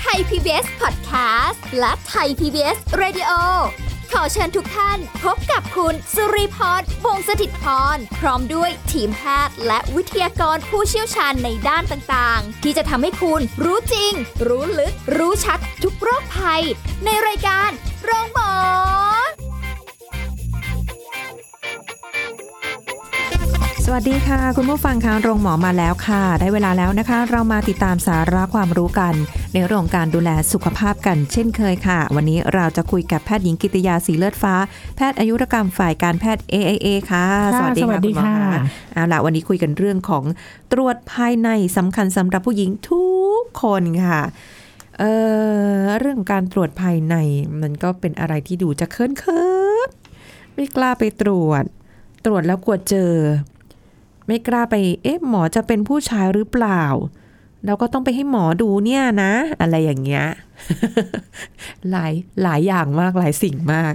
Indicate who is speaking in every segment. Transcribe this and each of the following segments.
Speaker 1: ไทย PBS Podcast และไทย PBS Radio ขอเชิญทุกท่านพบกับคุณสุริพรวงศสถิตพร พร้อมด้วยทีมแพทย์และวิทยากรผู้เชี่ยวชาญในด้านต่างๆ ที่จะทำให้คุณรู้จริง รู้ลึก รู้ชัดทุกโรคภัย ในรายการโรงพยาบาล
Speaker 2: สวัสดีค่ะ คุณผู้ฟังคะโรงหมอมาแล้วค่ะ ได้เวลาแล้วนะคะ เรามาติดตามสาระความรู้กัน ในเรื่องของการดูแลสุขภาพกันเช่นเคยค่ะ วันนี้เราจะคุยกับแพทย์หญิงกิติยาสีเลือดฟ้า แพทย์อายุรกรรมฝ่ายการแพทย์ AIA ค่ะ
Speaker 3: ค่ะสวัสดี
Speaker 2: ณหมอ
Speaker 3: ค่ะ
Speaker 2: เอาล่ะวันนี้คุยกันเรื่องของตรวจภายในสำคัญสำหรับผู้หญิงทุกคนค่ะ เออเรื่องการตรวจภายในมันก็เป็นอะไรที่ดูจะเคินเคินๆไม่กล้าไปตรวจ ตรวจแล้วกลัวเจอ ไม่กล้าไป เอ๊ะหมอจะเป็นผู้ชายหรือเปล่า เราก็ต้องไปให้หมอดูเนี่ยนะ อะไรอย่างเงี้ย หลายหลายอย่างมากหลายสิ่งมาก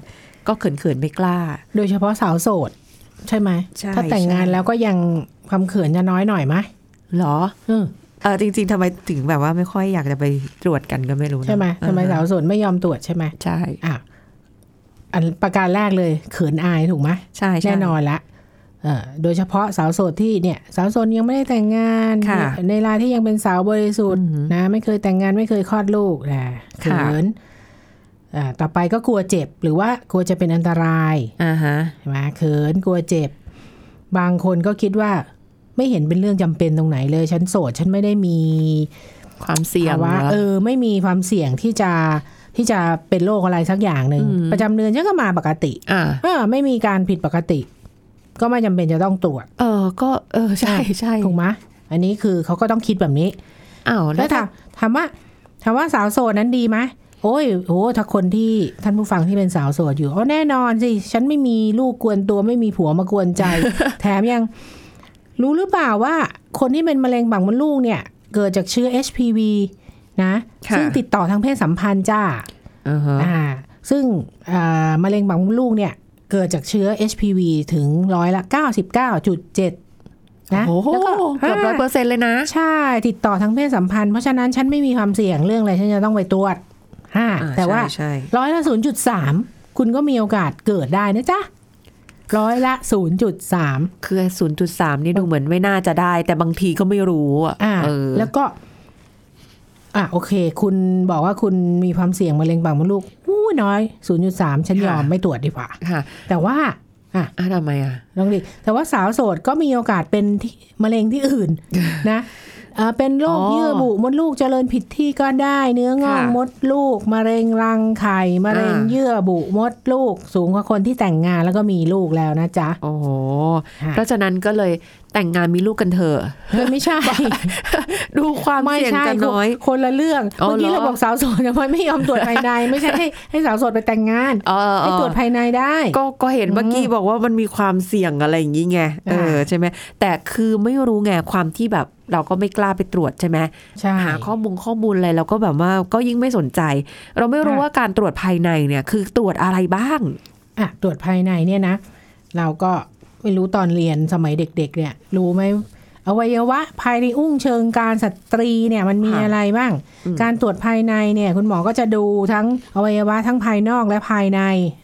Speaker 2: ก็เขินๆไม่กล้า
Speaker 3: โดยเฉพาะสาวโสด ใช่ไหม
Speaker 2: ใช่
Speaker 3: ถ้าแต่งงาน
Speaker 2: ใช่
Speaker 3: แล้วก็ยังความเขินจะน้อยหน่อยไหม
Speaker 2: เหรอ
Speaker 3: เออ
Speaker 2: เออจริง ๆทำไมถึงแบบว่าไม่ค่อยอยากจะไปตรวจกันก็ไม่รู้นะ
Speaker 3: ใช่ไหม
Speaker 2: เออ
Speaker 3: ทำไมสาวโสดไม่ยอมตรวจใช่ไหม
Speaker 2: ใช่
Speaker 3: อ่ะอันประการแรกเลยเขินอายถูกไหม
Speaker 2: ใช่ใช่
Speaker 3: แน่นอนละเออโดยเฉพาะสาวโสดที่เนี่ย สาวโสดยังไม่ได้แต่งงาน
Speaker 2: ค่ะ
Speaker 3: ในเวลาที่ยังเป็นสาวบริสุทธิ์นะไม่เคยแต่งงานไม่เคยคลอดลูกนะเขินอ่าต่อไปก็กลัวเจ็บ หรือว่ากลัวจะเป็นอันตราย
Speaker 2: อ่าฮะ
Speaker 3: ใช่ไหมเขินกลัวเจ็บ บางคนก็คิดว่าไม่เห็นเป็นเรื่องจำเป็นตรงไหนเลย ฉันโสด ฉันไม่ได้มี
Speaker 2: ความเสี่ยง
Speaker 3: ภาวะ
Speaker 2: หร
Speaker 3: เออ ไม่มีความเสี่ยงที่จะที่จะเป็นโรคอะไรสักอย่างหนึ่งประจำเดือนฉันก็มาปกติ
Speaker 2: อ่า
Speaker 3: เออไม่มีการผิดปกติ ก็ไม่จำเป็นจะต้องตรวจ
Speaker 2: เออ ก็เออใช่ใช่
Speaker 3: ถูกไหมอันนี้คือเขาก็ต้องคิดแบบนี้
Speaker 2: อ้าวแล้
Speaker 3: แล้ว วถามถามว่าถามว่าสาวโสดนั้นดีไหมโอ้ยโอ้ถ้าคนที่ท่านผู้ฟังที่เป็นสาวโสดอยู่อ๋อแน่นอนสิ ฉันไม่มีลูกกวนตัวไม่มีผัวมาก วนใจ แถมยัง รู้หรือเปล่าว่า คนที่เป็นมะเร็งปากมดลูกเนี่ย เกิดจากเชื้อ HPV นะ
Speaker 2: ะ
Speaker 3: ซึ่งติดต่อทางเพศสัมพันธ์จ้า
Speaker 2: อ่าฮะ
Speaker 3: อ่า ซึ่งอ่ามะเร็งปากมดลูกเนี่ย เกิดจากเชื้อ HPV ถึงร้อยละ 99.7 นะ
Speaker 2: โอ้โห
Speaker 3: แล้วก็
Speaker 2: เกือบร้อยเปอร์เซ็นต์เลยนะ
Speaker 3: ใช่ติดต่อทางเพศสัมพันธ์เพราะฉะนั้นฉันไม่มีความเสี่ยงเรื่องอะไรฉันจะต้องไปตรวจอ่า
Speaker 2: อ่า
Speaker 3: แต่ว่า
Speaker 2: ใช่ใช่
Speaker 3: ร้อยละศูนย์จุดสามคุณก็มีโอกาสเกิดได้นะจ๊ะร้อยละศูนย์จุดสาม
Speaker 2: คือ 0.3 นี่ดูเหมือนไม่น่าจะได้ แต่บางทีก็ไม่รู้อ่ะ
Speaker 3: อ่า
Speaker 2: เออ
Speaker 3: แล้วก็ อ่ะโอเค คุณบอกว่าคุณมีความเสี่ยงมะเร็งปากมดลูกอู้น้อยศูนย์จุดสามฉันยอมไม่ตรวจดีกว่า
Speaker 2: ค่ะ
Speaker 3: แต่ว่า อ่ะ
Speaker 2: อ่ะทำไมอ่ะ
Speaker 3: ลองดิแต่ว่าสาวโสดก็มีโอกาสเป็นที่มะเร็งที่อื่ น นะเอ่อเป็นโรค
Speaker 2: อ๋อ
Speaker 3: เยื่อบุมดลูกเจริญผิดที่ก็ได้ เนื้องอก
Speaker 2: ค่ะ
Speaker 3: มดลูกมะเร็งรังไข่มะเร็ง
Speaker 2: อ่า
Speaker 3: เยื่อบุมดลูก สูงกว่าคนที่แต่งงานแล้วก็มีลูกแล้วนะจ๊ะ
Speaker 2: โอ้โห
Speaker 3: ค่ะ
Speaker 2: เพราะฉะนั้นก็เลยแต่งงานมีลูกกันเถอะ
Speaker 3: เฮ้ยไม่ใช่
Speaker 2: ดู ความ
Speaker 3: ไม่
Speaker 2: เสี่ยง
Speaker 3: ใช่
Speaker 2: กันน้อย
Speaker 3: คนคนละเรื่อง
Speaker 2: อ๋อ
Speaker 3: เมื่อกี้
Speaker 2: เหรอ
Speaker 3: เราบอกสาวโสดทำไมไม่ยอมตรวจภายใน ไม่ใช่ให้ให้สาวโสดไปแต่งงาน
Speaker 2: เออเอ
Speaker 3: ให้
Speaker 2: อ
Speaker 3: ตรวจภายในได้
Speaker 2: ก็ก็เห็นเมื่อกี้บอกว่ามันมีความเสี่ยงอะไรอย่างงี้ไงเออใช่ไหมแต่คือไม่รู้ไงความที่แบบเราก็ไม่กล้าไปตรวจใช่ไหม
Speaker 3: ใช่
Speaker 2: หาข้อมูลข้อมูลอะไรเราก็แบบว่าก็ยิ่งไม่สนใจ เราไม่รู้ว่าการตรวจภายในเนี่ย คือตรวจอะไรบ้าง
Speaker 3: อ่ะตรวจภายในเนี่ยนะ เราก็ไม่รู้ตอนเรียนสมัยเด็ก ๆ เนี่ย รู้ไหมอวัยวะภายในอุ้งเชิงกรารสตรีเนี่ยมันมี
Speaker 2: ค่ะ
Speaker 3: อะไรบ้าง
Speaker 2: อืม
Speaker 3: การตรวจภายในเนี่ย คุณหมอก็จะดูทั้งอวัยวะทั้งภายนอกและภายใน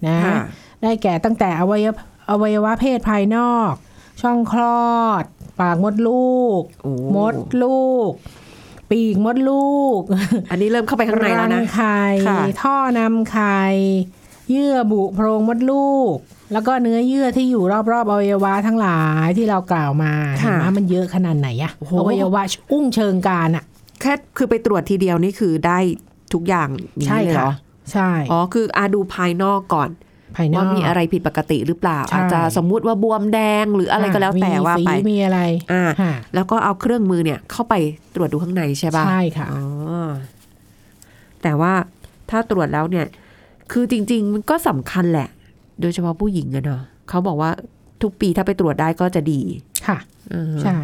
Speaker 3: นะ
Speaker 2: ค่ะ
Speaker 3: ได้แก่ตั้งแต่อวัยวะอวัยวะเพศภายนอก ช่องคลอด ปากมดลูก
Speaker 2: โอ้
Speaker 3: มดลูก ปีกมดลูก
Speaker 2: อันนี้เริ่มเข้าไปข้างในแล้ว
Speaker 3: รั
Speaker 2: นะ
Speaker 3: งไข่
Speaker 2: ค่ะ
Speaker 3: ท่อนำไข่ เยื่อบุโพรงมดลูก แล้วก็เนื้อเยื่อที่อยู่รอบๆอวัยวะทั้งหลายที่เรากล่าวมาเห็นไหมมันเยอะขนาดไหนอะอวัยวะอุ้งเชิงกรารอะ
Speaker 2: แค่คือไปตรวจทีเดียวนี่คือได้ทุกอย่างอย่างนี้เลยเหรอ
Speaker 3: ใช่
Speaker 2: อ๋อคืออาดูภายนอกก่อน
Speaker 3: ภายนอก
Speaker 2: ว่ามีอะไรผิดปกติหรือเปล่า
Speaker 3: ใช่
Speaker 2: อาจจะสมมุติว่าบวมแดงหรืออะไรก็แล้วแต่
Speaker 3: มี
Speaker 2: ว่าไป
Speaker 3: ฝีมีอะไร
Speaker 2: อ่า
Speaker 3: ค่ะ
Speaker 2: แล้วก็เอาเครื่องมือเนี่ยเข้าไปตรวจดูข้างในใช่ปะ
Speaker 3: ใช่ค่ะ
Speaker 2: อ๋อแต่ว่าถ้าตรวจแล้วเนี่ย คือจริง ๆ มันก็สำคัญแหละ โดยเฉพาะผู้หญิงอะเนาะเขาบอกว่าทุกปีถ้าไปตรวจได้ก็จะดี
Speaker 3: ค่ะ
Speaker 2: อือฮึ
Speaker 3: ใช่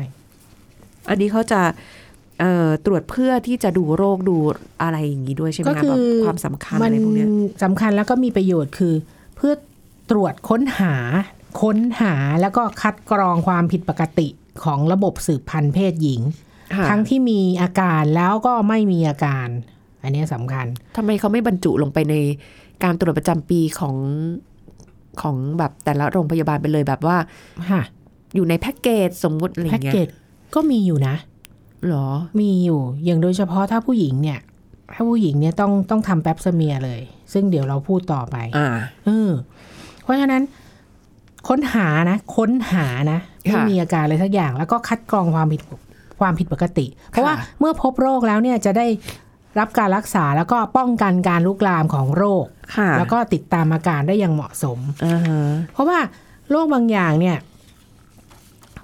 Speaker 2: อันนี้เขาจะเอ่อตรวจเพื่อที่จะดูโรคดูอะไรอย่างนี้ด้วยใช่ไหม
Speaker 3: ก็
Speaker 2: นะ
Speaker 3: คือ
Speaker 2: แบบความสำคัญ
Speaker 3: มั
Speaker 2: อะไรพวกเนี้ย
Speaker 3: สำคัญแล้วก็มีประโยชน์คือ เพื่อตรวจค้นหา ค้นหาแล้วก็คัดกรองความผิดปกติของระบบสืบพันธุ์เพศหญิง
Speaker 2: ค่ะ
Speaker 3: ทั้งที่มีอาการแล้วก็ไม่มีอาการ อันเนี้ยสำคัญ
Speaker 2: ทำไมเขาไม่บรรจุลงไปในการตรวจประจำปีของของแบบแต่ละโรงพยาบาลไปเลยแบบว่า
Speaker 3: ค่ะ
Speaker 2: อยู่ในแพ็กเกจสมมติอะไร
Speaker 3: แพ็ก
Speaker 2: เงี้
Speaker 3: เก
Speaker 2: ย
Speaker 3: จก็มีอยู่นะ
Speaker 2: หรอ
Speaker 3: มีอยู่อย่างโดยเฉพาะถ้าผู้หญิงเนี่ย ถ้าผู้หญิงเนี่ยต้องต้องทำแป๊บสเมียร์เลย ซึ่งเดี๋ยวเราพูดต่อไป
Speaker 2: อ่า
Speaker 3: เออเพราะฉะนั้น ค้นหานะ ค้นหานะ
Speaker 2: ค่ะ
Speaker 3: ไม่มีอาการอะไรสักอย่าง แล้วก็คัดกรองความผิดความผิดปกติ เพราะ
Speaker 2: ค่ะ
Speaker 3: ว่าเมื่อพบโรคแล้วเนี่ยจะได้รับการรักษาแล้วก็ป้องกันการลุกลามของโรค
Speaker 2: ค่ะ
Speaker 3: แล้วก็ติดตามอาการได้อย่างเหมาะสม
Speaker 2: อ่าฮะ
Speaker 3: เพราะว่าโรคบางอย่างเนี่ย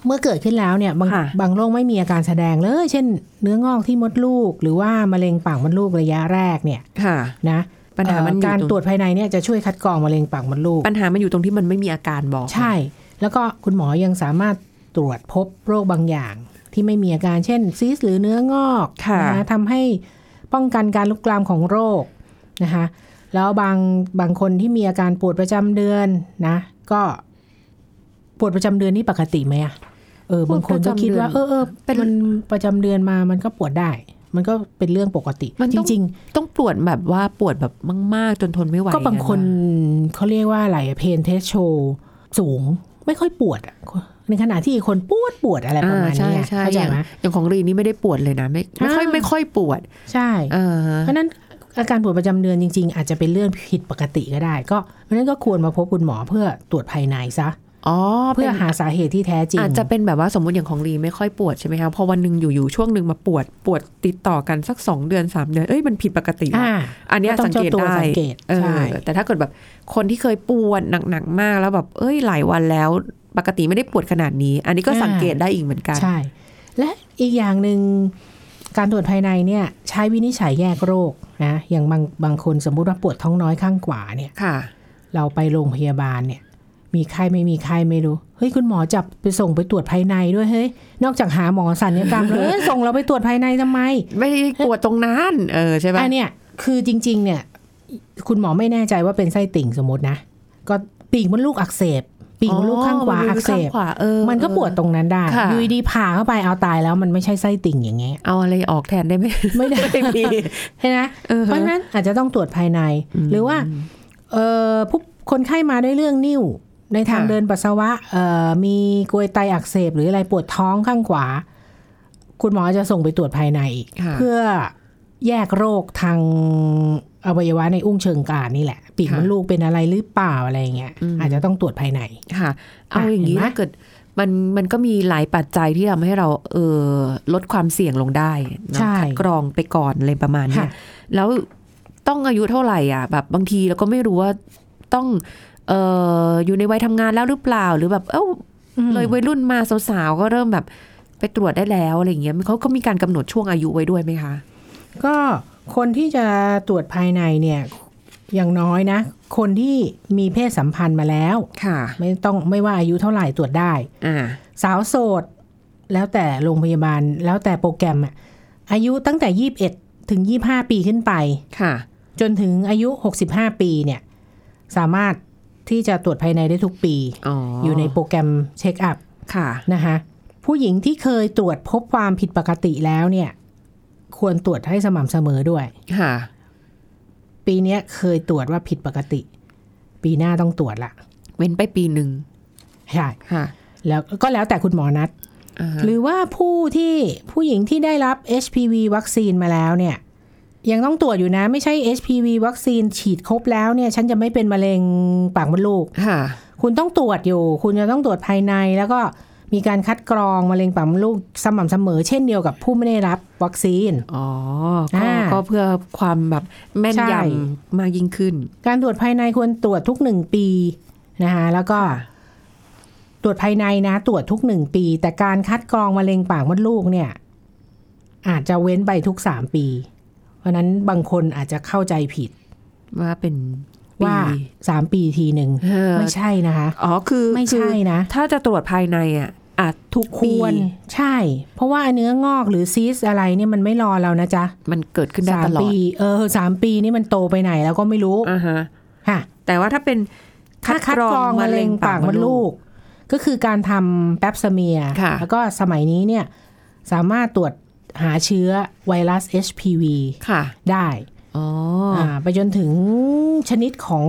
Speaker 3: เมื่อเกิดขึ้นแล้วเนี่ย บาง
Speaker 2: ค่ะ
Speaker 3: บางโรคไม่มีอาการแสดงเลย เช่น เนื้องอกที่มดลูก หรือว่ามะเร็งปากมดลูกระยะแรกเนี่ย
Speaker 2: ค่ะ
Speaker 3: นะ
Speaker 2: ปัญหามัน
Speaker 3: เอ่อ
Speaker 2: อยู่
Speaker 3: การตรวจภายในเนี่ยจะช่วยคัดกรองมะเร็งปากมดลูก
Speaker 2: ปัญหามันอยู่ตรงที่มันไม่มีอาการบอก
Speaker 3: ใช่ แล้วก็คุณหมอยังสามารถตรวจพบโรคบางอย่าง ที่ไม่มีอาการเช่นซีสต์หรือเนื้องอก
Speaker 2: ค่ะ
Speaker 3: นะทำให้ป้องกันการลุกลามของโรคนะคะแล้วบางบางคนที่มีอาการปวดประจำเดือนนะ ก็ปวดประจำเดือนนี่ปกติไหมอะเออ
Speaker 2: ปว
Speaker 3: บา
Speaker 2: ด
Speaker 3: ง
Speaker 2: ประจำ
Speaker 3: คนก็คิดว่า เออเออ
Speaker 2: เป็น
Speaker 3: มันประจำเดือนมามันก็ปวดได้ มันก็เป็นเรื่องปกติ
Speaker 2: มัน
Speaker 3: จ
Speaker 2: ต้อง
Speaker 3: ริง
Speaker 2: ต้องปวดแบบว่าปวดแบบมาก ๆ จนทนไม่ไหว
Speaker 3: ๆ ก็บางคนเขาเรียกว่าอะไรเพนเทสโชสูงไม่ค่อยปวดอะในขณะที่อีกคนปวดปวดอะไร
Speaker 2: อย่ง
Speaker 3: ป
Speaker 2: นั้
Speaker 3: ระ
Speaker 2: น
Speaker 3: มาณ
Speaker 2: อ่ใช่
Speaker 3: เนี้ย
Speaker 2: ใช่
Speaker 3: เข้าใจ
Speaker 2: อย่าง
Speaker 3: ไหม
Speaker 2: อย่างของรีนี่ไม่ได้ปวดเลยนะ ไม่ไม่ค่อย
Speaker 3: อ่า
Speaker 2: ไม่ค่อยปวด
Speaker 3: ใช่
Speaker 2: เออ
Speaker 3: เพราะฉะนั้นอาการปวดประจำเดือนจริง ๆ อาจจะเป็นเรื่องผิดปกติก็ได้ ก็เพราะฉะนั้นก็ควรมาพบคุณหมอเพื่อตรวจภายในซะ
Speaker 2: อ๋อ
Speaker 3: เพื่อหาสาเหตุที่แท้จริง
Speaker 2: อาจจะเป็นแบบว่าสมมติอย่างของรีไม่ค่อยปวดใช่ไหมคะพอวันหนึ่งอยู่ๆช่วงหนึ่งมาปวดปวดติดต่อกันสักสองเดือนสามเดือนเอ้ยมันผิดปกติ
Speaker 3: อ่า
Speaker 2: อันเนี้ย
Speaker 3: ก็ต้
Speaker 2: สั
Speaker 3: อง ง
Speaker 2: เกต
Speaker 3: เจ้าตัว
Speaker 2: ได้
Speaker 3: สังเกต
Speaker 2: เออ
Speaker 3: ใช่
Speaker 2: แต่ถ้าเกิดแบบคนที่เคยปวดหนักๆมากแล้วแบบเอ้ยหลายวันแล้ว ปกติไม่ได้ปวดขนาดนี้ อันนี้ก็สังเกตได้อีกเหมือนกัน
Speaker 3: ใช่ และอีกอย่างหนึ่งการตรวจภายในเนี่ย ใช้วินิจฉัยแยกโรคนะอย่างบางบางคนสมมุติว่าปวดท้องน้อยข้างขวาเนี่ย
Speaker 2: ค่ะ
Speaker 3: เราไปโรงพยาบาลเนี่ย มีไข้ไม่มีไข้ไม่รู้ เฮ้ย คุณหมอจับไปส่งไปตรวจภายในด้วยเฮ้ย นอกจากหาหมอสัญญกรรมแล้วเอ้ยส่งเราไปตรวจภายในทำไม
Speaker 2: ไม่ได้ปวดตรงนั้น เออใช่ไหม
Speaker 3: อันเนี้ยคือจริง ๆ เนี่ย คุณหมอไม่แน่ใจว่าเป็นไส้ติ่งสมมตินะ ก็ปีกมดลูกอักเสบ ปีกมดลูกข้างขวาอักเสบ มันก็ปวดตรงนั้นได้
Speaker 2: ค่ะ
Speaker 3: อยูดีๆผ่าเข้าไปเอาตายแล้วมันไม่ใช่ไส้ติ่งอย่างเงี้ย
Speaker 2: เอาอะไรออกแทนได้ไหม
Speaker 3: ไม่ได้
Speaker 2: ไม่มี
Speaker 3: ใช่ไหม
Speaker 2: เออฮะ
Speaker 3: เพราะฉะนั้นอาจจะต้องตรวจภายใน หรือว่าเออผู้คนไข้มาด้วยเรื่องนิ่ว ในทาง
Speaker 2: ค่ะ
Speaker 3: เดินปัสสาวะเอ่อมีกลวยไตอักเสบ หรืออะไรปวดท้องข้างขวา คุณหมอจะส่งไปตรวจภายในอีก
Speaker 2: ค่ะ
Speaker 3: เพื่อแยกโรคทางอวัยวะในอุ้งเชิงกรานนี่แหละ ปีกมด
Speaker 2: ค่ะ
Speaker 3: ลูกเป็นอะไรหรือเปล่าอะไรอย่างเงี้ย
Speaker 2: อืม
Speaker 3: อาจจะต้องตรวจภายใน
Speaker 2: ค่ะ เอาอย่างนี้
Speaker 3: เห็นไหม
Speaker 2: ถ้าเกิดมันมันก็มีหลายปัจจัยที่ทำให้เราเออลดความเสี่ยงลงได้เนอะ
Speaker 3: ใช่
Speaker 2: คัดกรองไปก่อนอะไรประมาณเนี้ย
Speaker 3: ค่ะ
Speaker 2: แล้วต้องอายุเท่าไหร่อ่ะ แบบบางทีเราก็ไม่รู้ว่าต้องเอออยู่ในวัยทำงานแล้วหรือเปล่าหรือแบบเอ้า
Speaker 3: อืม
Speaker 2: เลยวัยรุ่นมาสาวๆก็เริ่มแบบไปตรวจได้แล้วอะไรอย่างเงี้ยเขาก็มีการกำหนดช่วงอายุไว้ด้วยไหมคะ
Speaker 3: ก็คนที่จะตรวจภายในเนี่ยอย่างน้อยนะ คนที่มีเพศสัมพันธ์มาแล้ว
Speaker 2: ค่ะ
Speaker 3: ไม่ต้องไม่ว่าอายุเท่าไหร่ตรวจได้
Speaker 2: อ่า
Speaker 3: สาวโสด แล้วแต่โรงพยาบาลแล้วแต่โปรแกรมอะอายุตั้งแต่ 21 ถึง 25 ปีขึ้นไป
Speaker 2: ค่ะ
Speaker 3: จนถึงอายุ 65 ปีเนี่ย สามารถที่จะตรวจภายในได้ทุกปี
Speaker 2: อ๋อ
Speaker 3: อ
Speaker 2: อยู่
Speaker 3: ในโปรแกรมเช็คอัพ
Speaker 2: ค่ะ
Speaker 3: นะคะผู้หญิงที่เคยตรวจพบความผิดปกติแล้วเนี่ย ควรตรวจให้สม่ำเสมอด้วย
Speaker 2: ค่ะ
Speaker 3: ปีเนี้ยเคยตรวจว่าผิดปกติ ปีหน้าต้องตรวจละ
Speaker 2: เว้นไปปีหนึ่ง
Speaker 3: ใช่
Speaker 2: ค่ะ
Speaker 3: แล้วก็แล้วแต่คุณหมอนัด
Speaker 2: อ่าฮะ
Speaker 3: หรือว่าผู้ที่ผู้หญิงที่ได้รับ HPV วัคซีนมาแล้วเนี่ย ยังต้องตรวจอยู่นะ ไม่ใช่ HPV วัคซีนฉีดครบแล้วเนี่ย ฉันจะไม่เป็นมะเร็งปากมดลูก
Speaker 2: ค่ะ
Speaker 3: คุณต้องตรวจอยู่ คุณจะต้องตรวจภายใน แล้วก็มีการคัดกรองมะเร็งปากมดลูกสม่ำเสมอ เช่นเดียวกับผู้ไม่ได้รับวัคซีน
Speaker 2: อ๋อก็
Speaker 3: อ่า
Speaker 2: ก็เพื่อความแบบแม่นย
Speaker 3: ใช่
Speaker 2: ำมากยิ่งขึ้น
Speaker 3: การตรวจภายในควรตรวจทุกหนึ่งปีนะคะแล้วก็ตรวจภายในนะ ตรวจทุกหนึ่งปี แต่การคัดกรองมะเร็งปากมดลูกเนี่ย อาจจะเว้นไปทุกสามปี เพราะฉะนั้นบางคนอาจจะเข้าใจผิด
Speaker 2: ว่าเป็นปี
Speaker 3: ว่าสามปีทีหนึ่ง
Speaker 2: เออ
Speaker 3: ไม่ใช่นะคะ
Speaker 2: อ๋อคือ
Speaker 3: ไม่
Speaker 2: คือ
Speaker 3: ใช่นะ
Speaker 2: ถ้าจะตรวจภายในอ่ะอ่ะทุก
Speaker 3: ค
Speaker 2: ปี
Speaker 3: วรใช่ เพราะว่าเนื้องอกหรือซีสอะไรเนี่ยมันไม่รอเรานะจ๊ะ
Speaker 2: มันเกิดขึ้นได้
Speaker 3: สา
Speaker 2: ต
Speaker 3: ม
Speaker 2: ลอด
Speaker 3: ปี เออสามปีนี่มันโตไปไหนแล้วก็ไม่รู้
Speaker 2: อ่าฮะ
Speaker 3: ค่ะ
Speaker 2: แต่ว่าถ้าเป็น
Speaker 3: ถ้าคัดกรองมะเร็งปากมดลูก ก็คือการทำแป๊บสเมียร์
Speaker 2: ค่ะ
Speaker 3: แล้วก็สมัยนี้เนี่ยสามารถตรวจหาเชื้อไวรัส HPV
Speaker 2: ค่ะ
Speaker 3: ได้
Speaker 2: อ๋อ
Speaker 3: าไปจนถึงชนิดของ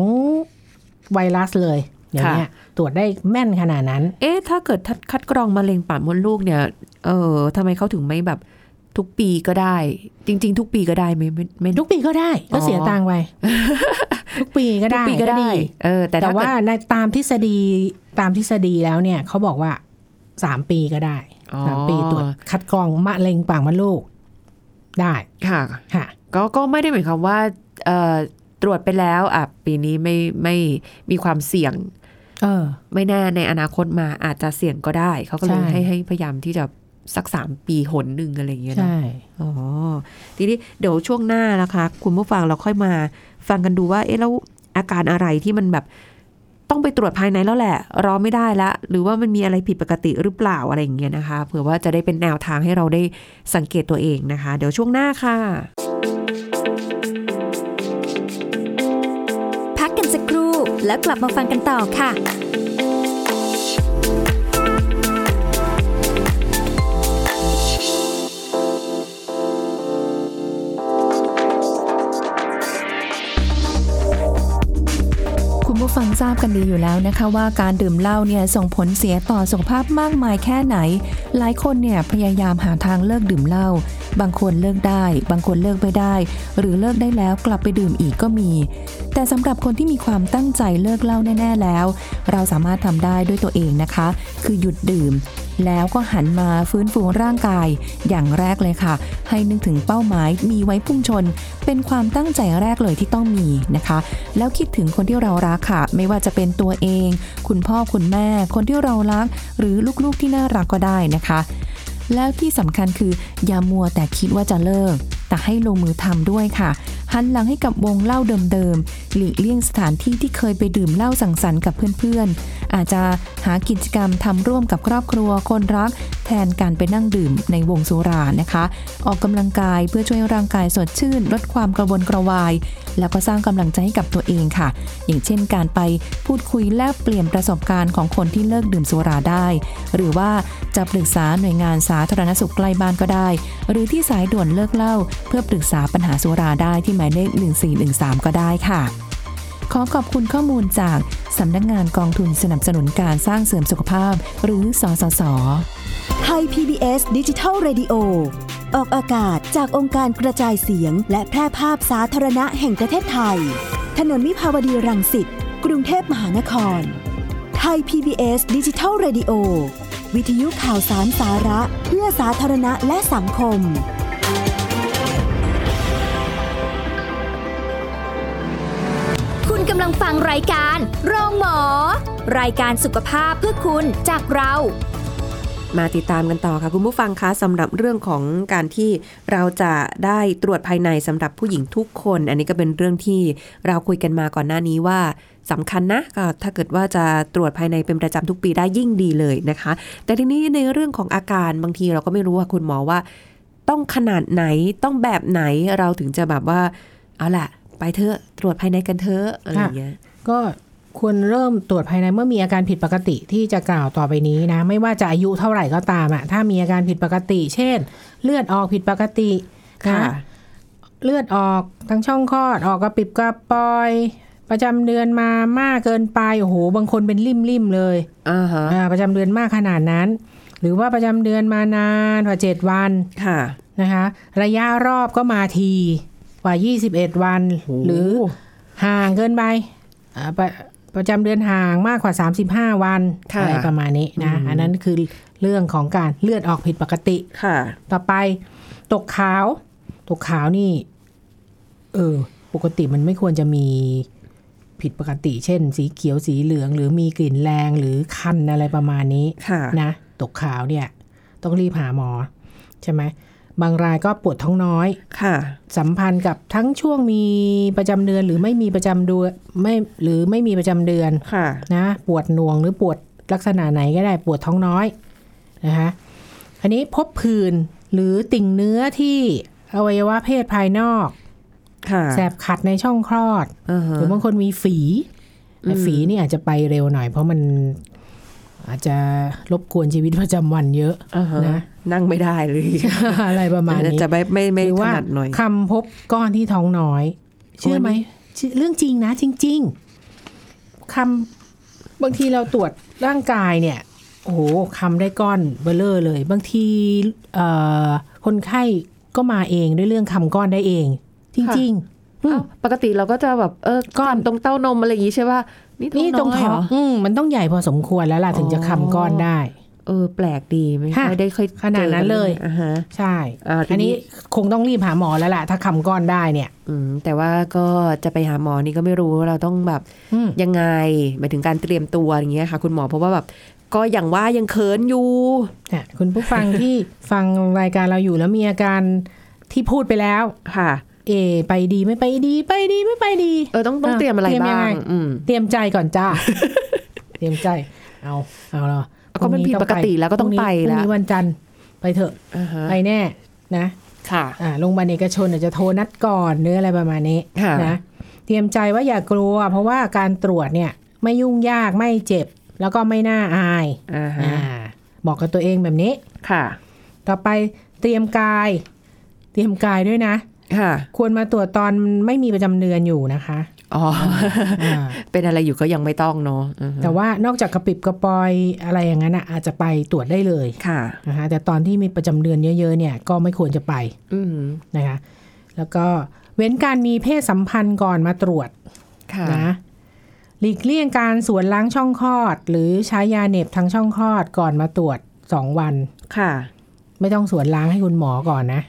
Speaker 3: ไวรัสเลยอย่างเงี้ยตรวจได้แม่นขนาดนั้น
Speaker 2: เอ๊ะ ถ้าเกิดคัดกรองมะเร็งปากมดลูกเนี่ย เออทำไมเขาถึงไม่แบบทุกปีก็ได้ จริง ๆ ทุกปีก็ได้ไหมไม่ไม่
Speaker 3: ทุกปีก็ได้ก็
Speaker 2: อ๋อ
Speaker 3: เสียตั งค์ไป ทุกปีก็
Speaker 2: ทุก
Speaker 3: ได้
Speaker 2: ปีก็ได้ เออ แต่
Speaker 3: แต่
Speaker 2: ถ้า
Speaker 3: ว่า
Speaker 2: เกิด
Speaker 3: ในตามทฤษฎีตามทฤษฎีแล้วเนี่ยเขาบอกว่าสามปีก็ได้
Speaker 2: อ๋อ
Speaker 3: สามปีตรวจคัดกรองมะเร็งปากมดลูก ได้
Speaker 2: ค่ะ
Speaker 3: ค่ะ
Speaker 2: ก็ก็ไม่ได้หมายความว่าเอ่อตรวจไปแล้วอ่ะปีนี้ไม่ไม่มีความเสี่ยง
Speaker 3: เออ
Speaker 2: ไม่แน่ในอนาคตมาอาจจะเสี่ยงก็ได้ เขาก็เลย
Speaker 3: ใช่
Speaker 2: ให้ให้พยายามที่จะสักสามปีหนหนึ่งอะไรอย่างเงี้ยนะ
Speaker 3: ใช่
Speaker 2: อ๋อ ทีนี้เดี๋ยวช่วงหน้านะคะ คุณผู้ฟังเราค่อยมาฟังกันดูว่า เอ๊ะแล้วอาการอะไรที่มันแบบต้องไปตรวจภายในแล้วแหละ รอไม่ได้ละ หรือว่ามันมีอะไรผิดปกติหรือเปล่าอะไรอย่างเงี้ยนะคะ เผื่อว่าจะได้เป็นแนวทางให้เราได้สังเกตตัวเองนะคะ เดี๋ยวช่วงหน้าค่ะ
Speaker 1: พักกันสักครู่แล้วกลับมาฟังกันต่อค่ะ
Speaker 4: คุณผู้ฟังทราบกันดีอยู่แล้วนะคะว่าการดื่มเหล้าเนี่ยส่งผลเสียต่อสุขภาพมากมายแค่ไหน หลายคนเนี่ยพยายามหาทางเลิกดื่มเหล้าบางคนเลิกได้ บางคนเลิกไม่ได้ หรือเลิกได้แล้วกลับไปดื่มอีกก็มี แต่สำหรับคนที่มีความตั้งใจเลิกเหล้าแน่ ๆแล้ว เราสามารถทำได้ด้วยตัวเองนะคะ คือหยุดดื่ม แล้วก็หันมาฟื้นฟูร่างกาย อย่างแรกเลยค่ะ ให้นึกถึงเป้าหมายมีไว้พุ่งชน เป็นความตั้งใจแรกเลยที่ต้องมีนะคะ แล้วคิดถึงคนที่เรารักค่ะ ไม่ว่าจะเป็นตัวเอง คุณพ่อคุณแม่ คนที่เรารัก หรือลูกๆที่น่ารักก็ได้นะคะ แล้วที่สำคัญคือ อย่ามัวแต่คิดว่าจะเลิก แต่ให้ลงมือทำด้วยค่ะ หันหลังให้กับวงเล่าเดิมๆ หลีกเลี่ยงสถานที่ที่เคยไปดื่มเหล้าสังสรรค์กับเพื่อนๆ อาจจะหากิจกรรมทำร่วมกับครอบครัวคนรัก แทนการไปนั่งดื่มในวงสุรานะคะ ออกกำลังกายเพื่อช่วยร่างกายสดชื่น ลดความกระวนกระวาย แล้วก็สร้างกำลังใจให้กับตัวเองค่ะ อย่างเช่นการไปพูดคุยแลกเปลี่ยนประสบการณ์ของคนที่เลิกดื่มสุราได้ หรือว่าจะปรึกษาหน่วยงานสาธารณสุขใกล้บ้านก็ได้ หรือที่สายด่วนเลิกเหล้าเพื่อปรึกษาปัญหาสุราได้ที่หมายเลข 1413 ก็ได้ค่ะ ขอขอบคุณข้อมูลจากสำนักงานกองทุนสนับสนุนการสร้างเสริมสุขภาพ หรือสสส
Speaker 5: ไทย PBS ดิจิทัล Radio ออกอากาศจากองค์การกระจายเสียง และแพร่ภาพสาธารณะแห่งประเทศไทย ถนนมิภาวดีรังสิต กรุงเทพมหานคร ไทย PBS ดิจิทัล Radio วิทยุข่าวสารสาระเพื่อสาธารณะและสังคม
Speaker 1: คุณกำลังฟังรายการโรงหมอ รายการสุขภาพเพื่อคุณจากเรา
Speaker 2: มาติดตามกันต่อค่ะ คุณผู้ฟังคะสำหรับเรื่องของการที่เราจะได้ตรวจภายในสำหรับผู้หญิงทุกคน อันนี้ก็เป็นเรื่องที่เราคุยกันมาก่อนหน้านี้ว่าสำคัญนะก็ถ้าเกิดว่าจะตรวจภายในเป็นประจำทุกปีได้ยิ่งดีเลยนะคะ แต่ทีนี้ในเรื่องของอาการบางทีเราก็ไม่รู้ว่าคุณหมอว่า ต้องขนาดไหนต้องแบบไหนเราถึงจะแบบว่าเอาล่ะ ไปเถอะตรวจภายในกันเถอะอะไรอย่างเงี้ย
Speaker 3: ก็ควรเริ่มตรวจภายในเมื่อมีอาการผิดปกติที่จะกล่าวต่อไปนี้นะ ไม่ว่าจะอายุเท่าไหร่ก็ตามอะถ้ามีอาการผิดปกติ เช่น เลือดออกผิดปกติ
Speaker 2: ค่ะ
Speaker 3: นะเลือดออกทั้งช่องคลอดออกกระปิบกระปอย ประจำเดือนมามากเกินไปโอ้โหบางคนเป็นริมริมๆเลย
Speaker 2: อ่าฮะ
Speaker 3: อ่าประจำเดือนมากขนาดนั้น หรือว่าประจำเดือนมานานกว่าเจ็ดวัน
Speaker 2: ค่ะ
Speaker 3: นะคะระยะรอบก็มาทีกว่า 21 วัน หรือห่างเกินไปอ่าประประจำเดือนห่างมากกว่า 35 วัน
Speaker 2: ค่ะ
Speaker 3: อะไรประมาณนี้นะ
Speaker 2: อืม
Speaker 3: อันนั้นคือเรื่องของการเลือดออกผิดปกติ
Speaker 2: ค่ะ
Speaker 3: ต่อไปตกขาว ตกขาวนี่เออปกติมันไม่ควรจะมีผิดปกติ เช่น สีเขียวสีเหลือง หรือมีกลิ่นแรงหรือคันอะไรประมาณนี้
Speaker 2: ค่ะ
Speaker 3: นะตกขาวเนี่ย ต้องรีบหาหมอ ใช่ไหมบางรายก็ปวดท้องน้อย
Speaker 2: ค่ะ
Speaker 3: สัมพันธ์กับทั้งช่วงมีประจำเดือนหรือไม่มีประจำเดือนไม่หรือไม่มีประจำเดือน
Speaker 2: ค่ะ
Speaker 3: นะปวดหน่วงหรือปวดลักษณะไหนก็ได้ปวดท้องน้อยนะคะอันนี้พบผื่นหรือติ่งเนื้อที่อวัยวะเพศภายนอก
Speaker 2: ค่ะ
Speaker 3: แสบขัดในช่องคลอด
Speaker 2: อ่าฮะ
Speaker 3: หรือบางคนมีฝีแต่ฝีนี่อาจจะไปเร็วหน่อย เพราะมัน อาจจะรบกวนชีวิตประจำวันเยอะ
Speaker 2: อ่าฮะ
Speaker 3: นะ
Speaker 2: นั่งไม่ได้เลย
Speaker 3: อะไรประมาณนี้
Speaker 2: จะไม่ไม่ไม่
Speaker 3: หรือ
Speaker 2: ถ
Speaker 3: ว่า
Speaker 2: นัดหน่อย
Speaker 3: คำพบก้อนที่ท้องน้อย เชื่อไหมเชื่อเรื่องจริงนะ จริง ๆคำบางทีเราตรวจร่างกายเนี่ย โอ้โหคำได้ก้อนเบลเลอร์เลย บางทีเอ่อคนไข้ก็มาเองด้วยเรื่องคำก้อนได้เอง จ
Speaker 2: ค่ะ
Speaker 3: ริง ๆอืม
Speaker 2: อ้าวปกติเราก็จะแบบเออ
Speaker 3: ก้อน
Speaker 2: ตรงเต้านมอะไรอย่างงี้ใช่ป่ะนี่
Speaker 3: นี่ตรง
Speaker 2: น้ย
Speaker 3: ท้อ
Speaker 2: เห
Speaker 3: งอืมมันต้องใหญ่พอสมควรแล้วล่ะถึงจะคำก้อนได้
Speaker 2: เออแปลกดีไม่
Speaker 3: ค่ะ
Speaker 2: ค่อยได้ค่อย
Speaker 3: ขนาดนั้นเลย
Speaker 2: จอกัอ่ะฮะ
Speaker 3: ใช่
Speaker 2: อ่าทีนี้
Speaker 3: อันนี้คงต้องรีบหาหมอแล้วล่ะถ้าคำก้อนได้เนี่ย
Speaker 2: อืมแต่ว่าก็จะไปหาหมอนี่ก็ไม่รู้ว่าเราต้องแบบ
Speaker 3: อืม
Speaker 2: ยังไงหมายถึงการเตรียมตัวอย่างเงี้ยค่ะ คุณหมอเพราะว่าแบบก็อย่างว่ายังเขินอยู่
Speaker 3: เนี่ยคุณผู้ฟังที่ ฟังรายการเราอยู่แล้วมีอาการที่พูดไปแล้ว
Speaker 2: ค่ะ
Speaker 3: เอ ไปดีไม่ไปดี ไปดีไม่ไปดี
Speaker 2: เออต้องต้อง
Speaker 3: อ่ะ
Speaker 2: เตรียมอะไร
Speaker 3: เตรียมยั
Speaker 2: บ้างง
Speaker 3: ไง
Speaker 2: อืม
Speaker 3: เตรียมใจก่อน จ้า เตรียมใจ เอาเอาเหรอ
Speaker 2: ก็มันผิดปกติแล้วก็ต้องไป
Speaker 3: พรุ่งนี้พรุ่
Speaker 2: แล้
Speaker 3: ง
Speaker 2: ว
Speaker 3: นี้วันจันทร์ไปเถอะ
Speaker 2: อ่าฮะ
Speaker 3: ไปแน่นะ
Speaker 2: ค่ะ
Speaker 3: อ่าโรงพยาบาลเอกชนอาจจะโทรนัดก่อนหรืออะไรประมาณนี้
Speaker 2: ค่ะ
Speaker 3: นะเตรียมใจว่าอย่ากลัว เพราะว่าการตรวจเนี่ย ไม่ยุ่งยากไม่เจ็บ แล้วก็ไม่น่าอาย
Speaker 2: อ่าฮะ
Speaker 3: อ่าบอกกับตัวเองแบบนี้
Speaker 2: ค่ะ
Speaker 3: ต่อไปเตรียมกาย เตรียมกายด้วยนะ
Speaker 2: ค่ะ
Speaker 3: ควรมาตรวจตอนไม่มีประจำเดือนอยู่นะคะ
Speaker 2: อ๋อ
Speaker 3: อ่า
Speaker 2: เป็นอะไรอยู่ก็ยังไม่ต้องเนาะอือฮึ
Speaker 3: แต่ว่านอกจากกระปิบกระปอยอะไรอย่างนั้นนะอาจจะไปตรวจได้เลย
Speaker 2: ค่ะ
Speaker 3: นะคะแต่ตอนที่มีประจำเดือนเยอะๆเนี่ยก็ไม่ควรจะไป
Speaker 2: อืม
Speaker 3: นะคะแล้วก็เว้นการมีเพศสัมพันธ์ก่อนมาตรวจ
Speaker 2: ค่ะ
Speaker 3: นะหลีกเลี่ยงการสวนล้างช่องคลอด หรือใช้ยาเหน็บทางช่องคลอดก่อนมาตรวจ 2 วัน
Speaker 2: ค่ะ
Speaker 3: ไม่ต้องสวนล้างให้คุณหมอก่อนนะ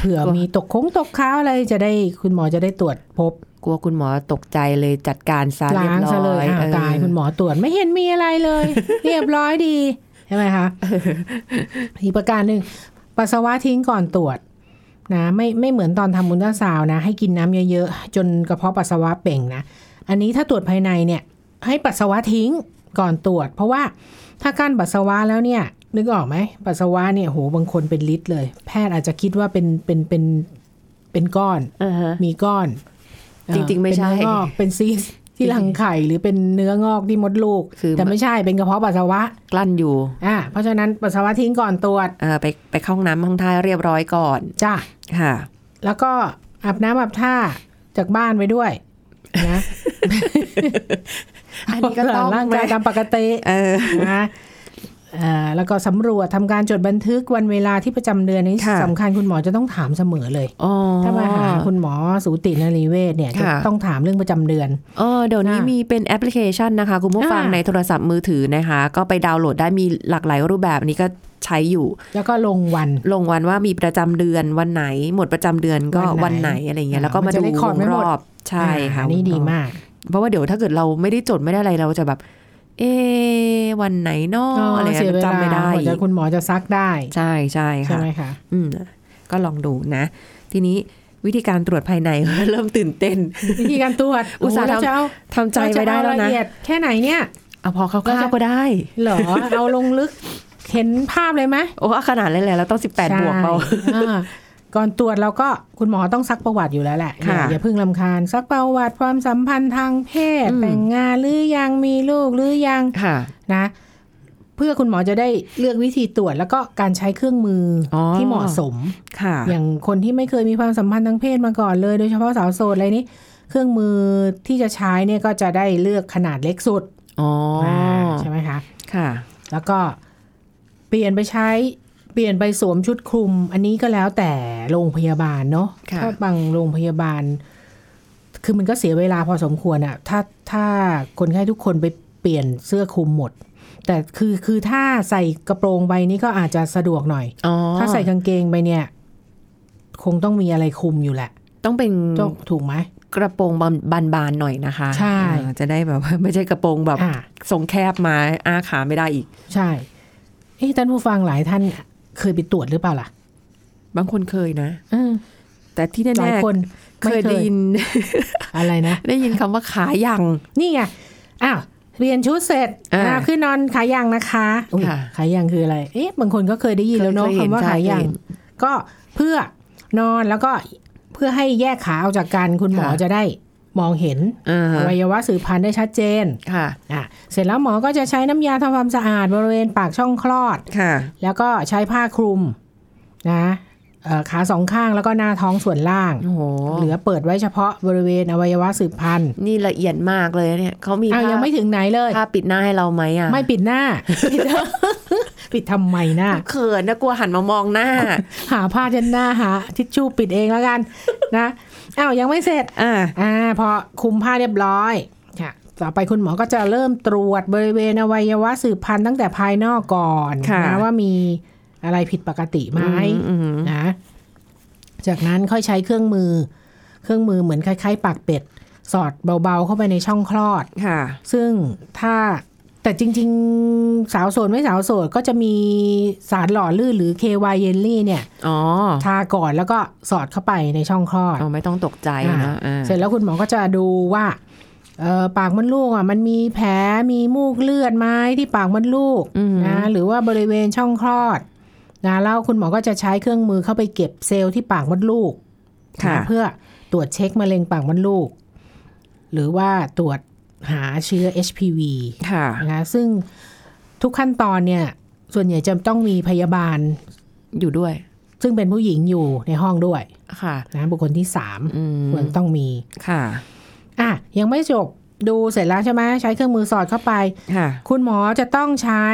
Speaker 3: เผื่อมีตกคงตกค้าวอะไรจะได้คุณหมอจะได้ตรวจพบ
Speaker 2: กลัวคุณหมอตกใจเลยจัดการซะเรีย
Speaker 3: ล้า
Speaker 2: บร้อ
Speaker 3: ง
Speaker 2: ย
Speaker 3: ซะเลย
Speaker 2: เอ
Speaker 3: อ้าว
Speaker 2: อ
Speaker 3: ตายคุณหมอตรวจไม่เห็นมีอะไรเลย เรียบร้อยดี ใช่ไหมคะ อีกประการหนึ่งปัสสาวะทิ้งก่อนตรวจนะไม่ไม่เหมือนตอนทำมุนตราซาวน์นะ ให้กินน้ำเยอะๆ จนกระเพาะปัสสาวะเป่งนะ อันนี้ถ้าตรวจภายในเนี่ย ให้ปัสสาวะทิ้งก่อนตรวจ เพราะว่าถ้ากั้นปัสสาวะแล้วเนี่ย นึกออกไหมปัสสาวะเนี่ยโหบางคนเป็นลิตรเลย แพทย์อาจจะคิดว่าเป็นเป็นเป็นเป็นก้อน
Speaker 2: อ่าฮะ
Speaker 3: มีก้อน
Speaker 2: จริงๆไม่ใช่
Speaker 3: เป็นเนื้องอกเป็นซีสต์ที่รังไข่หรือเป็นเนื้องอกที่มดลูก
Speaker 2: คือ
Speaker 3: แต่ไม่ใช่เป็นกระเพาะปัสสาวะ
Speaker 2: กลั้นอยู่
Speaker 3: อ่าเพราะฉะนั้นปัสสาวะทิ้งก่อนตรวจ
Speaker 2: เอ่อไปไปเข้าห้องน้ำห้องท่าเรียบร้อยก่อน
Speaker 3: จ้ะ
Speaker 2: ค่ะ
Speaker 3: แล้วก็อาบน้ำอาบท่าจากบ้านไปด้วยนะ
Speaker 2: อันนี้ก็ ต้อง
Speaker 3: ร่างกายตามปก ติ
Speaker 2: เออ
Speaker 3: นะเอ่อแล้วก็สำรวจทำการจดบันทึกวันเวลาที่ประจำเดือนนี้
Speaker 2: ค่ะ
Speaker 3: สำคัญคุณหมอจะต้องถามเสมอเลย
Speaker 2: อ๋อ
Speaker 3: ถ้ามาหาคุณหมอสูตินรีเวชเนี่ยจะ
Speaker 2: ค่ะ
Speaker 3: ต้องถามเรื่องประจำเดือน
Speaker 2: เออเดี๋ยวนี้
Speaker 3: อ่ามี
Speaker 2: มีเป็นแอปพลิเคชันนะคะ คุณผู้ฟัง
Speaker 3: อ่า
Speaker 2: ในโทรศัพท์มือถือนะคะ ก็ไปดาวน์โหลดได้มีหลากหลายรูปแบบอันนี้ก็ใช้อยู่
Speaker 3: แล้วก็ลงวัน
Speaker 2: ลงวันว่ามีประจำเดือนวันไหน หมดประจำเดือนก็
Speaker 3: วั
Speaker 2: วัน น
Speaker 3: ไห
Speaker 2: ไห
Speaker 3: น
Speaker 2: นอะไรเงี้ยแล้วก็
Speaker 3: มั
Speaker 2: มาน
Speaker 3: จะ
Speaker 2: ดู
Speaker 3: ได้
Speaker 2: ว
Speaker 3: คอร์ด
Speaker 2: ง
Speaker 3: ไม่ห
Speaker 2: ร
Speaker 3: มด
Speaker 2: อบใช่ค่ะ
Speaker 3: อ่านี่ดีมาก
Speaker 2: เพราะว่าเดี๋ยวถ้าเกิดเราไม่ได้จดไม่ได้อะไรเราจะแบบ เอะวันไหนเนอะอะไร
Speaker 3: สี
Speaker 2: เงี้
Speaker 3: ยวยลา
Speaker 2: จำไม่ได้
Speaker 3: กว่าจะคุณหมอจะซักได้
Speaker 2: ใช่ใช่
Speaker 3: ใช่
Speaker 2: ค่ะ
Speaker 3: ไหมคะ
Speaker 2: อืมก็ลองดูนะ ทีนี้วิธีการตรวจภายใน เริ่มตื่นเต้น
Speaker 3: วิธีการตรวจ
Speaker 2: อุตส่าห์
Speaker 3: โเรจะเอา
Speaker 2: ทำใจไว้ได้แล้ว
Speaker 3: เราจเอารา
Speaker 2: นะ
Speaker 3: ยเอียดแค่ไหนเนี่ย
Speaker 2: เอาพอคร่าวๆก็ได้
Speaker 3: เหรอ เอาลงลึกเห็นภาพเลยไหม
Speaker 2: โอ้ขนาดเลยแหละแล้วต้อง 18 บวกเปล่า
Speaker 3: ใช่อ่าก่อนตรวจเราก็คุณหมอต้องซักประวัติอยู่แล้วแหละ
Speaker 2: ค่ะ
Speaker 3: อย่าอย่าเพิ่งลำคาญซักประวัติความสัมพันธ์ทางเพศ
Speaker 2: อืม
Speaker 3: แต่งงานหรือยังมีลูกหรือยัง
Speaker 2: ค่ะ
Speaker 3: นะ เพื่อคุณหมอจะได้เลือกวิธีตรวจแล้วก็การใช้เครื่องมืออ
Speaker 2: อ
Speaker 3: ที่เหมาะสม
Speaker 2: ค่ะ
Speaker 3: อย่างคนที่ไม่เคยมีความสัมพันธ์ทางเพศมาก่อนเลย โดยเฉพาะสาวโสดอะไรนี้เครื่องมือที่จะใช้เนี่ยก็จะได้เลือกขนาดเล็กสุด
Speaker 2: อ๋ออา
Speaker 3: ใช่ไหมคะ
Speaker 2: ค่ะ
Speaker 3: แล้วก็เปลี่ยนไปใช้เปลี่ยนไปสวมชุดคลุม อันนี้ก็แล้วแต่โรงพยาบาลเนาะ
Speaker 2: ค่ะ
Speaker 3: ถ้าบางโรงพยาบาล คือมันก็เสียเวลาพอสมควรอะถ้าถ้าคนไข้ทุกคนไปเปลี่ยนเสื้อคลุมหมด แต่คือคือถ้าใส่กระโปรงไปนี่ก็อาจจะสะดวกหน่อย
Speaker 2: อ๋อ
Speaker 3: ถ้าใส่กางเกงไปเนี่ย คงต้องมีอะไรคลุมอยู่แหละ
Speaker 2: ต้องเป็น
Speaker 3: ต้องถูกไหม
Speaker 2: กระโปรงบานบานๆหน่อยนะคะ
Speaker 3: ใช่
Speaker 2: อ่าจะได้แบบว่า ไม่ใช่กระโปรงแบบ
Speaker 3: อ่า
Speaker 2: ทรงแคบมาอ้าขาไม่ได้อีก
Speaker 3: ใช่เอ๊ะท่านผู้ฟังหลายท่านเคยไปตรวจหรือเปล่าล่ะ
Speaker 2: บางคนเคยนะ
Speaker 3: เออ
Speaker 2: แต่ที่
Speaker 3: หลาย
Speaker 2: แน่
Speaker 3: คน
Speaker 2: ๆเคยได้ยิน
Speaker 3: อะไรนะ
Speaker 2: ได้ยินคำว่าขายัง
Speaker 3: นี่ไงอ้าวเรียนชุดเสร็จ
Speaker 2: อ่า
Speaker 3: อ้าวขึ้นนอนขายางนะคะอุ๊ย
Speaker 2: ค่ะ
Speaker 3: ขายางคืออะไร เอ๊ะบางคนก็เคยได้ยินแล้วเนาะ
Speaker 2: เคยเห็น
Speaker 3: คำว่า
Speaker 2: ค่ะ
Speaker 3: ขายา
Speaker 2: เคย
Speaker 3: ง
Speaker 2: เห็น
Speaker 3: ก็เพื่อนอนแล้วก็เพื่อให้แยกขาออกจากกันคุณหมอ
Speaker 2: ค่ะ
Speaker 3: จะได้ มองเห็น
Speaker 2: อ่า
Speaker 3: อ
Speaker 2: ฮะ
Speaker 3: วัยวะสืบพันธุ์ได้ชัดเจน
Speaker 2: ค่ะ
Speaker 3: อ่ะเสร็จแล้วหมอก็จะใช้น้ำยาทำความสะอาดบริเวณปากช่องคลอด
Speaker 2: ค่ะ
Speaker 3: แล้วก็ใช้ผ้าคลุมนะเอ่อขาสองข้างแล้วก็หน้าท้องส่วนล่าง
Speaker 2: โอ้โห
Speaker 3: เหลือเปิดไว้เฉพาะบริเวณอวัยวะสืบพันธุ์
Speaker 2: นี่ละเอียดมากเลยเนี่ยเขามี
Speaker 3: อ้าว
Speaker 2: ผ้า
Speaker 3: ยังไม่ถึงไหนเลย
Speaker 2: ผ้าปิดหน้าให้เราไหมอ่ะ
Speaker 3: ไม่ปิด หน้า ปิดหน้าปิดทำไมหน้า
Speaker 2: เขินนะกลัวหันมามองหน้า
Speaker 3: หาผ้าเช็ดหน้าหาทิชชู่ปิดเองแล้วกัน นะอ้าวยังไม่เสร็จ
Speaker 2: อ่า
Speaker 3: อ่าพอคุมผ้าเรียบร้อยค่ะ ต่อไปคุณหมอก็จะเริ่มตรวจบริเวณอวัยวะสืบพันธุ์ตั้งแต่ภายนอกก่อน
Speaker 2: ค่ะ
Speaker 3: นะว่ามีอะไรผิดปกติไหม
Speaker 2: อืมอืม
Speaker 3: นะจากนั้นค่อยใช้เครื่องมือ เครื่องมือเหมือนคล้ายๆ ปากเป็ด สอดเบาๆเข้าไปในช่องคลอด
Speaker 2: ค่ะ
Speaker 3: ซึ่งถ้าแต่จริง ๆ สาวโสดไม่สาวโสดก็จะมีสารหล่อลื่นหรือ KY เยลลี่เนี่ย
Speaker 2: อ๋อ
Speaker 3: ทาก่อนแล้วก็สอดเข้าไปในช่องคลอด
Speaker 2: เอาไม่ต้องตกใจ
Speaker 3: อ่า
Speaker 2: นะอ่า
Speaker 3: เสร็จแล้วคุณหมอก็จะดูว่าเอ่อปากมดลูกอ่ะมันมีแผลมีมูกเลือดไหมที่ปากมดลูก
Speaker 2: อืม
Speaker 3: นะหรือว่าบริเวณช่องคลอดนะแล้วคุณหมอก็จะใช้เครื่องมือเข้าไปเก็บเซลล์ที่ปากมดลูก
Speaker 2: ค่ะ
Speaker 3: นะเพื่อตรวจเช็คมะเร็งปากมดลูก หรือว่าตรวจหาเชื้อ HPV
Speaker 2: ค่ะ
Speaker 3: นะคะซึ่งทุกขั้นตอนเนี่ยส่วนใหญ่จะต้องมีพยาบาล
Speaker 2: อยู่ด้วย
Speaker 3: ซึ่งเป็นผู้หญิงอยู่ในห้องด้วย
Speaker 2: ค่ะ
Speaker 3: นะบุคคลที่สาม
Speaker 2: อืม
Speaker 3: ควรต้องมี
Speaker 2: ค่ะ
Speaker 3: อ่ะยังไม่จบดูเสร็จแล้วใช่ไหมใช้เครื่องมือสอดเข้าไป
Speaker 2: ค่ะ
Speaker 3: คุณหมอจะต้องใช้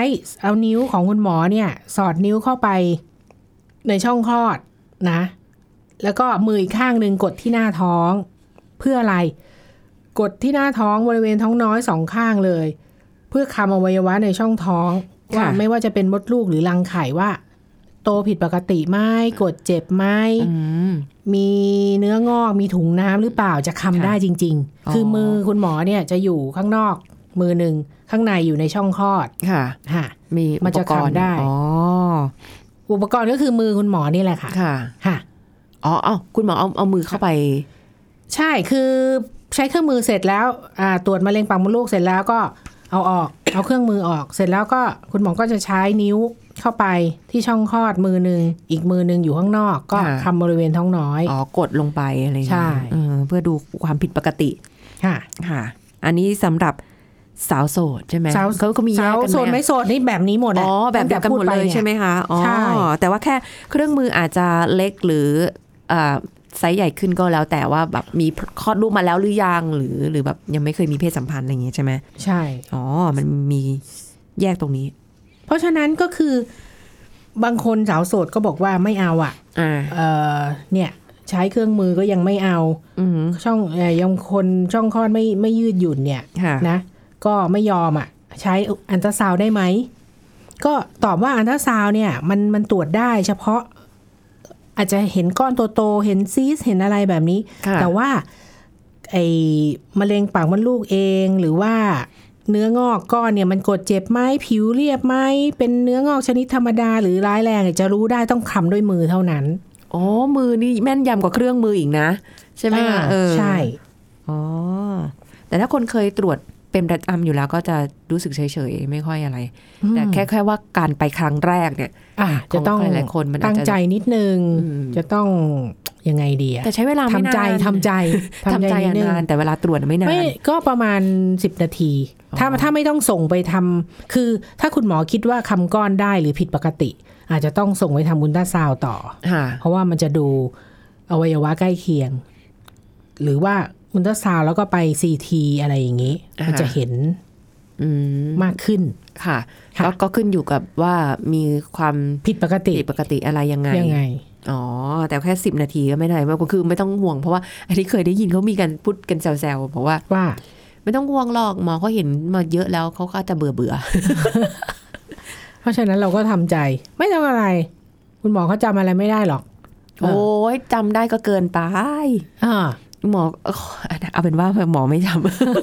Speaker 3: เอานิ้วของคุณหมอเนี่ย สอดนิ้วเข้าไปในช่องคลอดนะ แล้วก็มืออีกข้างหนึ่งกดที่หน้าท้อง เพื่ออะไร กดที่หน้าท้องบริเวณท้องน้อยสองข้างเลย เพื่อคำอวัยวะในช่องท้อง
Speaker 2: ค่ะ
Speaker 3: ว่าไม่ว่าจะเป็นมดลูกหรือรังไข่ว่า โตผิดปกติไหมกดเจ็บไหม
Speaker 2: อืม
Speaker 3: มีเนื้องอกมีถุงน้ำหรือเปล่าจะคำ
Speaker 2: ค่ะ
Speaker 3: ได้จริง
Speaker 2: อ๋อ
Speaker 3: ๆ คือมือคุณหมอเนี่ยจะอยู่ข้างนอกมือหนึ่งข้างในอยู่ในช่องคลอด
Speaker 2: ค่ะ
Speaker 3: ค่ะ
Speaker 2: มีอุ
Speaker 3: มัน
Speaker 2: ป
Speaker 3: จะ
Speaker 2: กรณ์
Speaker 3: ทำได้
Speaker 2: อ๋อ
Speaker 3: อุปกรณ์ก็คือมือคุณหมอนี่แหละค่ะ
Speaker 2: ค่ะ
Speaker 3: ค่ะ
Speaker 2: อ๋อ เอ้า คุณหมอเอาเอามือเข้าไป
Speaker 3: ใช่คือใช้เครื่องมือเสร็จแล้วอ่าตรวจมะเร็งปากมดลูกเสร็จแล้วก็เอาออก เอาเครื่องมือออกเสร็จแล้วก็คุณหมอก็จะใช้นิ้วเข้าไปที่ช่องคลอดมือหนึ่งอีกมือหนึ่งอยู่ข้างนอก ก็
Speaker 2: ค่ะ
Speaker 3: คำบริเวณท้องน้อย
Speaker 2: อ๋อ กดลงไปอะไรอย่างเงี้ย
Speaker 3: ใช่
Speaker 2: เออเพื่อดูความผิดปกติ
Speaker 3: ค่ะ
Speaker 2: ค่ะ อันนี้สำหรับสาวโสดใช่ไหม
Speaker 3: สาว
Speaker 2: เขาก็มีแย
Speaker 3: สากว
Speaker 2: กัน
Speaker 3: โสด
Speaker 2: ไหม
Speaker 3: ไม่โสดนี่แบบนี้หมดแหละ
Speaker 2: อ๋อ แบบเดียวกันหมดเลย
Speaker 3: ตั้งแต่พูปนี่
Speaker 2: ใช่ไหมคะ อ๋อ
Speaker 3: ใช่
Speaker 2: แต่ว่าแค่เครื่องมืออาจจะเล็กหรือเอ่อไซส์ใหญ่ขึ้นก็แล้ว แต่ว่าแบบมีคลอดลูกมาแล้วหรือยัง หรือหรือแบบยังไม่เคยมีเพศสัมพันธ์อะไรอย่างเงี้ยใช่ไหม
Speaker 3: ใช่
Speaker 2: อ๋อ มันมีแยกตรงนี้
Speaker 3: เพราะฉะนั้นก็คือบางคนสาวโสดก็บอกว่าไม่เอาอะ
Speaker 2: อ่า
Speaker 3: เอ่อเนี่ยใช้เครื่องมือก็ยังไม่เอา
Speaker 2: อืม
Speaker 3: ช่องเอ่อยังคนช่องคลอดไม่ไม่ยืดหยุ่นเนี่ย
Speaker 2: ค่ะ
Speaker 3: นะก็ไม่ยอมอะใช้อันตราซาวด์ได้ไหม ก็ตอบว่าอันตราซาวด์เนี่ยมันมันตรวจได้เฉพาะ อาจจะเห็นก้อนโตๆเห็นซีสเห็นอะไรแบบนี้
Speaker 2: ค่ะ
Speaker 3: แต่ว่าไอ้มะเร็งปากมดลูกเองหรือว่าเนื้องอกก้อนเนี่ยมันกดเจ็บไหมผิวเรียบไหมเป็นเนื้องอกชนิดธรรมดาหรือร้ายแรงเนี่ยจะรู้ได้ต้องคำด้วยมือเท่านั้น
Speaker 2: อ๋อ มือนี่แม่นยำกว่าเครื่องมืออีกนะ ใช่ไหม
Speaker 3: อ่า
Speaker 2: เออ
Speaker 3: ใช่
Speaker 2: อ๋อ แต่ถ้าคนเคยตรวจเป็นประจำอยู่แล้วก็จะรู้สึกเฉยๆ ไม่ค่อยอะไร แต่แค่แค่ว่าการไปครั้งแรกเนี่ย
Speaker 3: อ่ะจะต้อง
Speaker 2: ของใครหลายคนมันอาจจะ
Speaker 3: ตั้งใจนิดนึง
Speaker 2: อืม
Speaker 3: จะต้องยังไงดีอะ
Speaker 2: แต่ใช้เวลาไม่นาน
Speaker 3: ทำใจทำใจ
Speaker 2: ทำใจ
Speaker 3: นิ
Speaker 2: อะ
Speaker 3: ดนึง
Speaker 2: นาน แต่เวลาตรวจไม่นา
Speaker 3: ไม่
Speaker 2: น
Speaker 3: ก็ประมาณ 10 นาที ถ้า
Speaker 2: อ๋อ
Speaker 3: ถ้าไม่ต้องส่งไปทำคือถ้าคุณหมอคิดว่าคำก้อนได้หรือผิดปกติ อาจจะต้องส่งไปทำอุลตราซาวด์ต่อ
Speaker 2: ค่ะ
Speaker 3: เพราะว่ามันจะดูอวัยวะใกล้เคียง หรือว่าอุลตราซาวด์แล้วก็ไปซีทีอะไรอย่างนี้
Speaker 2: อ่ามั
Speaker 3: มันจะเห็น
Speaker 2: อืม
Speaker 3: มากขึ้น
Speaker 2: ค่ะ
Speaker 3: ค่ะ
Speaker 2: ก็ก็ขึ้นอยู่กับว่ามีความ
Speaker 3: ผิดปกติ
Speaker 2: ผิดปกติอะไรยังไง
Speaker 3: ยังไง
Speaker 2: อ๋อ แต่แค่สิบนาทีก็ไม่ได้มากกว่าคือไม่ต้องห่วงเพราะว่าอันนี้เคยได้ยินเขามีกันพูดกันแซวๆบอกว่า
Speaker 3: ว่า
Speaker 2: ไม่ต้องห่วงหรอกหมอเขาเห็นมาเยอะแล้วเขาก็จะเบื่อเบื่อ
Speaker 3: เพราะฉะนั้นเราก็ทำใจ ไม่ต้องอะไร คุณหมอเขาจำอะไรไม่ได้หรอก
Speaker 2: โอ้ยจำได้ก็เกินไป
Speaker 3: อ่า
Speaker 2: หมอ เอ้อเอาเป็นว่าหมอไม่จ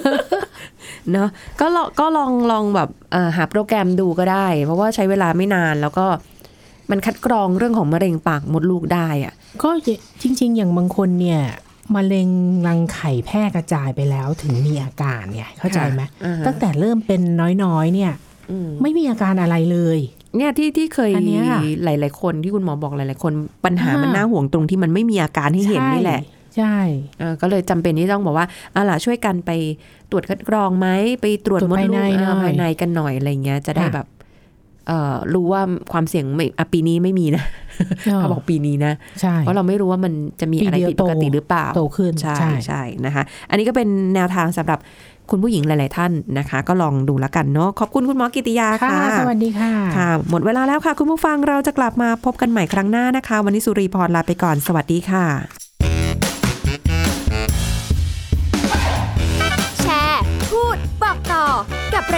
Speaker 2: ำ เนาะก็ลองก็ลองลองแบบเอ่อหาโปรแกรมดูก็ได้ เพราะว่าใช้เวลาไม่นานแล้วก็มันคัดกรองเรื่องของมะเร็งปากมดลูกได้อะ
Speaker 3: ก็จริง ๆ อย่างบางคนเนี่ยมะเร็งรังไข่แพร่กระจายไปแล้วถึงมีอาการไงเข้าใจไหม
Speaker 2: อ่าฮะ
Speaker 3: ตั้งแต่เริ่มเป็นน้อยๆเนี่ย
Speaker 2: อืม
Speaker 3: ไม่มีอาการอะไรเลย
Speaker 2: เนี่ยที่ที่เคย
Speaker 3: อันเนี้ย
Speaker 2: หลาย ๆ คนที่คุณหมอบอกหลาย ๆ คนปัญหา
Speaker 3: อ่ามั
Speaker 2: มันน่าห่วงตรงที่มันไม่มีอาการให้เห็นนี่แหละ
Speaker 3: ใช่ ใช่
Speaker 2: เออก็เลยจำเป็นที่ต้องบอกว่าเอาล่ะช่วยกันไปตรวจคัดกรองไหมไปตรวจ
Speaker 3: ตรวจ
Speaker 2: มดลูก
Speaker 3: ภายใน
Speaker 2: เออ
Speaker 3: หน่อย
Speaker 2: ภายในกันหน่อยอะไรเงี้ย จะได้
Speaker 3: ค่ะ
Speaker 2: แบบเอ่อรู้ว่าความเสี่ยงไม่อ่ะปีนี้ไม่มีนะเขาบอกปีนี้นะ
Speaker 3: ใช่
Speaker 2: เพราะเราไม่รู้ว่ามันจะมี
Speaker 3: ปี
Speaker 2: อะไร
Speaker 3: เดียว
Speaker 2: ผิดปกติหรือเปล่า
Speaker 3: โตขึ้น
Speaker 2: ใช่ใช่นะคะ อันนี้ก็เป็นแนวทางสำหรับคุณผู้หญิงหลาย ๆ ท่านนะคะ ก็ลองดูละกันเนาะขอบคุณคุณหมอกิติยา
Speaker 3: ค่ะ
Speaker 2: ค่ะ
Speaker 3: สวัสดีค่ะ
Speaker 2: ค่ะ หมดเวลาแล้วค่ะ คุณผู้ฟังเราจะกลับมาพบกันใหม่ครั้งหน้านะคะ วันนี้สุรีพรลาไปก่อนสวัสดีค่ะ
Speaker 1: แชร์ พูด บอกต่อ กับร